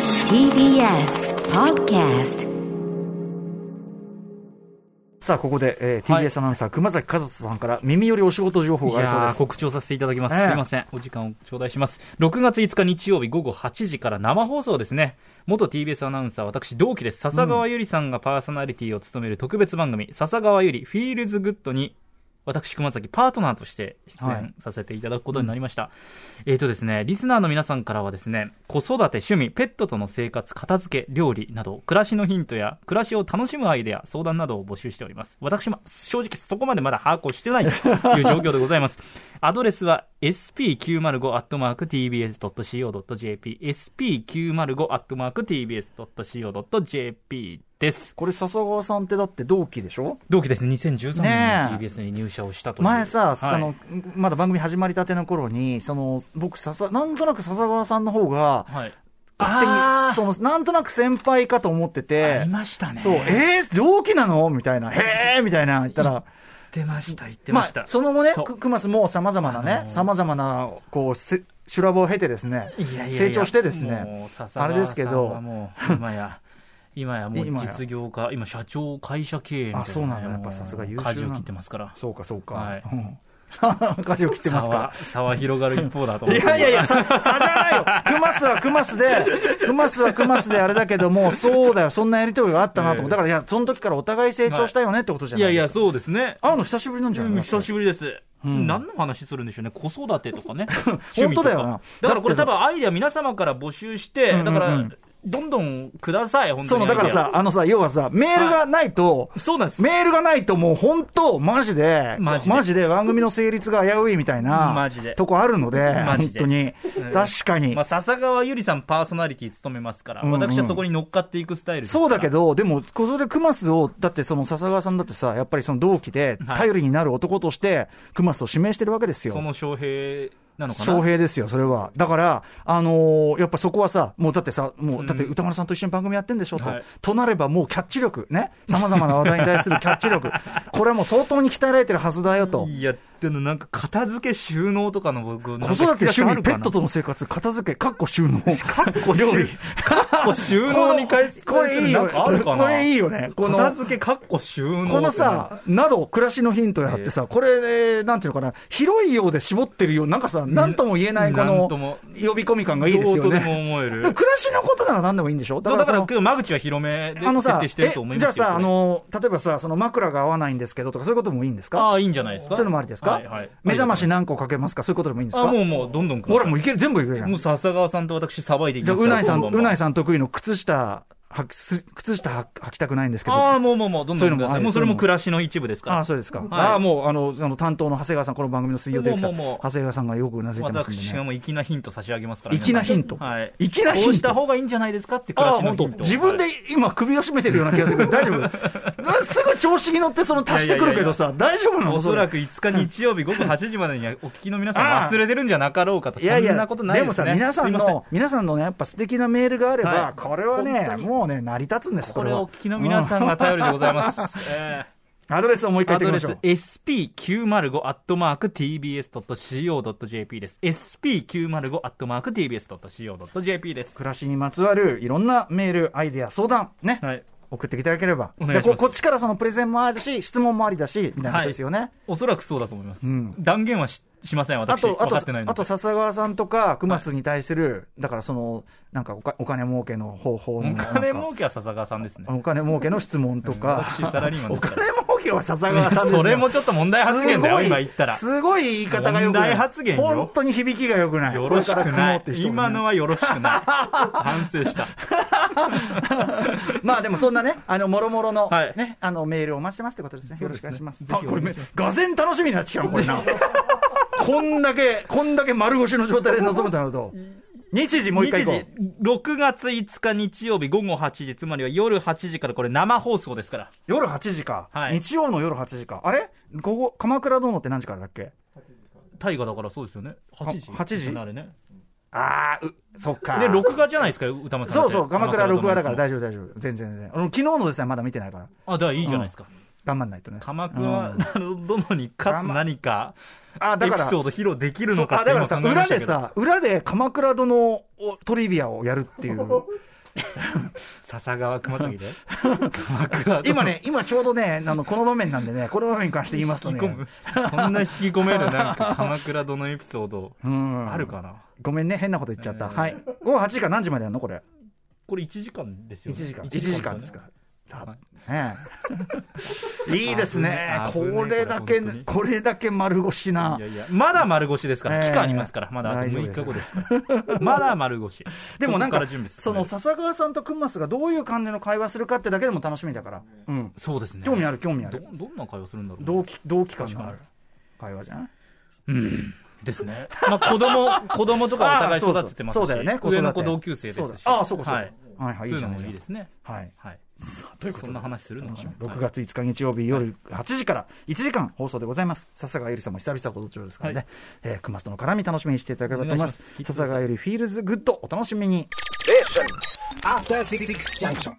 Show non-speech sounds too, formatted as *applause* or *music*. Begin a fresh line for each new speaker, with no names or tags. TBS Podcast
さあここで、えー
はい
TBS アナウンサー、熊崎和人さんから耳よりお仕事情報
い
があるそう
や
で
ー
す
告知をさせていただきます、
ええ
すいません、お時間を頂戴します、6月5日日曜日午後8時から生放送ですね、元 TBS アナウンサー、私、同期です、笹川ゆりさんがパーソナリティを務める特別番組、笹川ゆりフィールズグッドに、私、熊崎、パートナーとして出
はい
演させていただくことになりました。えっ、とですね、リスナーの皆さんからはですね、子育て、趣味、ペットとの生活、片付け、料理など、暮らしのヒントや、暮らしを楽しむアイデア、相談などを募集しております。私も正直そこまでまだ把握をしてないと *laughs* いう状況でございます。アドレスは sp905-tbs.co.jp、sp905-tbs.co.jp です。
これ笹川さんってだって同期でしょ
同期ですね、2013
ね
年
え
に TBS に入社をしたという。
前さ、
はい
あの、まだ番組始まりたての頃に、その、僕、笹、なんとなく笹川さんの方が、
はい。
勝
あ
手に、その、なんとなく先輩かと思って
ーあ
て
り、ましたね。
そう、えー、上気なのみたいな、へーみたいな、言ったら、
言ってました、言ってました。
あ、その後ね
そう、
クマスも様々な
あの
ね
ー、
様々な、こう、せ修羅場を経てですね
いやいやい、や
成長してです
もう
ね、
笹
あ
川
れですけ
さんは
ど、
もう今や、今やもう
今や
実業家、今社長、会社経営みたいな、
あそうなんだやっぱさすが優秀なんだ
舵を切ってますから。
そうか、そう
は
か
い。
うん。 *laughs* 舵を切ってますから。
差は差は広がる一方だと
い
思って
やいやいや、さ、さじゃないよ。クマスはクマスで、クマスはクマスであれだけども、そうだよ、そんなやりとりがあったなと思
ええ
う。だから、いや、その時からお互い成長したよねってことじゃ
い
な
や
い
い
で
や、
すか。
そうですね。
会うの久しぶりなんじゃ
う
ない
ん、久しぶりです。
ん
何の話するんでしょうね、子育てとかね、
*laughs* 本
趣味
当
とか
だよな
だからこれ、
だっ
多
てさ
分アイデア、皆様から募集して、
うんうんう
だ
ん
から、どんどんください、本当
そ
に
の、だから
アイ
さ、あのさ、要はさ、メールがないと
デ、ア、そうなんです、
メールがないともう本当、マジで、
マ
マ
ジ
ジ
で
で番組の成立が危ういみたい
マ
な
ジで
とこあるので、
マ
本
ジで
当に
うん。
確かに
まあ、。笹川ゆりさん、パーソナリティ務めますから、
うんうん
私はそこに乗っかっていくスタイルですから
そうだけど、でも、こそでクマスを、だってその笹川さんだってさ、やっぱりその同期で、
はい
頼りになる男として、クマスを指名してるわけですよ。
その翔平なのかな。
翔平ですよ、それは。だから、あのーやっぱそこはさ、もうだってさ、もうだって
うん
歌丸さんと一緒に番組やってんでしょと。
はい
となれば、もうキャッチ力、ね。様々な話題に対するキャッチ
*laughs*
力。これはもう相当に鍛えられてるはずだよと。
いや、でもなんか片付け収納とかの僕、
子育て、趣味、ペットと
の。
の生活、片付け、かっこ収納。
かっこ料理。かっ *laughs* こ収納に返す。
これいいよ
なんかあるかな
これいいよねこの
片付けかっこ収納。
このさ、など、暮らしのヒントやってさ、これ、えーなんていうのかな、広いようで絞ってるよう、なんかさ、なんとも言えない、こ
なん
の、
とも
呼び込み感がいいです
ど
よ
うとでも
ね。
思え
で
る
も。暮らしのことなら何でもいいんでしょ
そうだか
その
ら、間口は広めで
あの
設
さ、
定してると思い
え
ま
じ
す
ゃ
よ
あさ、あ
これ
の、例えばさ、その枕が合わないんですけどとか、そういうこともいいんですか
ああ、いいんじゃないです
そ
か。
ういうのもありですか、
はいはい
目覚まし何個かけますかそういうことでもいいんですか
あ、もうもう、どんどんくだ
ほ
さい
ら、もういける、全部いけるじゃん
もう。笹川さんと私、さばいていき
じゃ
ま
あ、
す
う
から
ないさん、
こば
うない
は
さん得意の靴下、履きす、靴下履履きたくないんですけど。
ああ、もうもうもう、どんどんくだ
そういうの
さい。
もある
もうそれも暮らしの一部ですから。
ああ、そうですか。
い
ああ、もう、あの、あの担当の長谷川さん、この番組の水曜ディレクター
もうもうもう
長谷川さんがよくうなずいてますんで
私が
ね。
もう粋なヒント差し上げますから。
粋なヒント
はい。
粋なヒント
こうした方がいいんじゃないですかって暮
あ
ら
あ、
しの
本
ヒ
当。
ント。
自分で
はい
今首を絞めてるような気がするけど、大丈
*laughs*
夫なすぐ調子に乗ってその足してくるけどさ、大丈夫なの
おそら
く。
く5日日曜日午後8時までにはお聞き
*laughs*
の皆さん忘れてるんじゃなかろうかと。
いやい
そ
や、
んなことない
で
で
も
す
さ、
ね。
皆さん
すいま
の、皆さんのね、やっぱ素敵なメールがあれ
はい
ば、これは
本当
ね、
に
もうね、成り立つんです、
せんこれ
は
をお聞きの皆さんが頼りでござ
*laughs*
います。ええ
うんアドレスをもう一回
ア
言
ド
って
レ
みま
ス
しょう。
sp905-tbs.co.jp です。sp905-tbs.co.jp です。
暮らしにまつわるいろんなメール、アイデア、相談、ね。
はい。
送っていただければ。
お願いします
でここっちからそのプレゼンもあるし、質問もありだし、みたいなことですよね。
おそらくそうだと思います。
うん
断言はししません、
あ
私。
と、あ
分かってないの
と、
で
あと、笹川さんとか、熊須に対する、だからその、なんかおかお金儲けの方法の。
お金
なんか
儲けは笹川さんですね。
お金儲けの質問とか。
私サラリーマンで
お
すから
金儲けは笹川さんですね
それもちょっと問題発言だよ
すごい
今言ったら
すごい言い方がよくない。
問題発言よ
本当に響きがよくない。
よろし
こ
く
れから
な
雲っ
い
て。人もね
今のはよろしくない。反省 *laughs* した。
*laughs* まあでもそんなね、あの、もろもろの、
はい
ね、あの、メールをお待ちしてますってことですね。よろしくお願いします。
ぜひお願いします
あこれ、がぜん楽しみになってきたの、これな。 *laughs* こんだけ、こんだけ丸腰の状態で臨むとなると。日時もう一回行こう。
6月5日日曜日午後8時、つまりは夜8時からこれ生放送ですから。
夜8時か、
はい
日曜の夜8時か。あれここ、鎌倉殿って何時からだっけ
大河だからそうですよね。8時。
あ8時
あれね。
ああ、う、そっか。
で、録画じゃないですか、歌丸さん。
そうそう、鎌倉録画だから
大
大丈夫大丈夫。全然全然。あの昨日のですね、まだ見てないから。
あ、だからいいじゃないですか。
頑張んないとね。
鎌倉殿に勝つ何か、
あ、だ
エ
か
ピ
ら、
ソード披露できる
そ
の
う
か
あ
ってい
だ
う
か
の
ら
を
さ、
考えま
裏で
したけど
さ、裏で鎌倉殿をトリビアをやるっていう。
笹川熊崎 *laughs* で鎌倉殿
*laughs* 今ね、今ちょうどね、あの、この場面なんでね、この場面に関して言いますと
引き
ね。
込む *laughs* こんな引き込めるなんか鎌倉殿エピソード
うん。
あるかな
ごめんね、変なこと言っちゃった。
えー
はい。午後8時から何時までやるのこれ。
これ1時間ですよ
1
ね
時間。
一
1時間です
よ
か
ね
ら。
はい
ねえ *laughs* いいですね。
危
こ
ない危ない
れだけ
これ本当に、
これだけ丸腰ない
や。いやまだ丸腰ですから、
ええ
期間ありますから、まだあと
大丈夫
6
で
日
す
後ですから、まだ丸 *laughs* 腰、
でもなん
ここ
か
ら準備、進
そ
める
の笹川さんとクマスがどういう感じの会話するかってだけでも楽しみだから。うん。
そうですね、
興味ある、興味あ
ど
る。
どんな会話するんだろうな、
同期、同期感のある会話じゃない
うんですね、 *laughs* まあ、子供子供とかお互い育ててますし、
ああそうそうそうだよね子育て
上の子、同級生で
そう
す
だ
し、
ああ、そうかそうか。
は
はいい、はい、い
そうい
いうじゃ
の
ない
も
じゃ
いい
ん
ですね、
はい。
はい、
さあ、ということ
そ
で
んな話するの
楽しみ
はい
6月5日日曜日夜8時から1時間放送でございます。笹川ゆりさんも久々ご登場ですから
は
ね。えー、熊須との絡み楽しみにしていただければと思います
お願いしま。す
笹川ゆりフィールズグッドお楽しみに。
After Six Junction.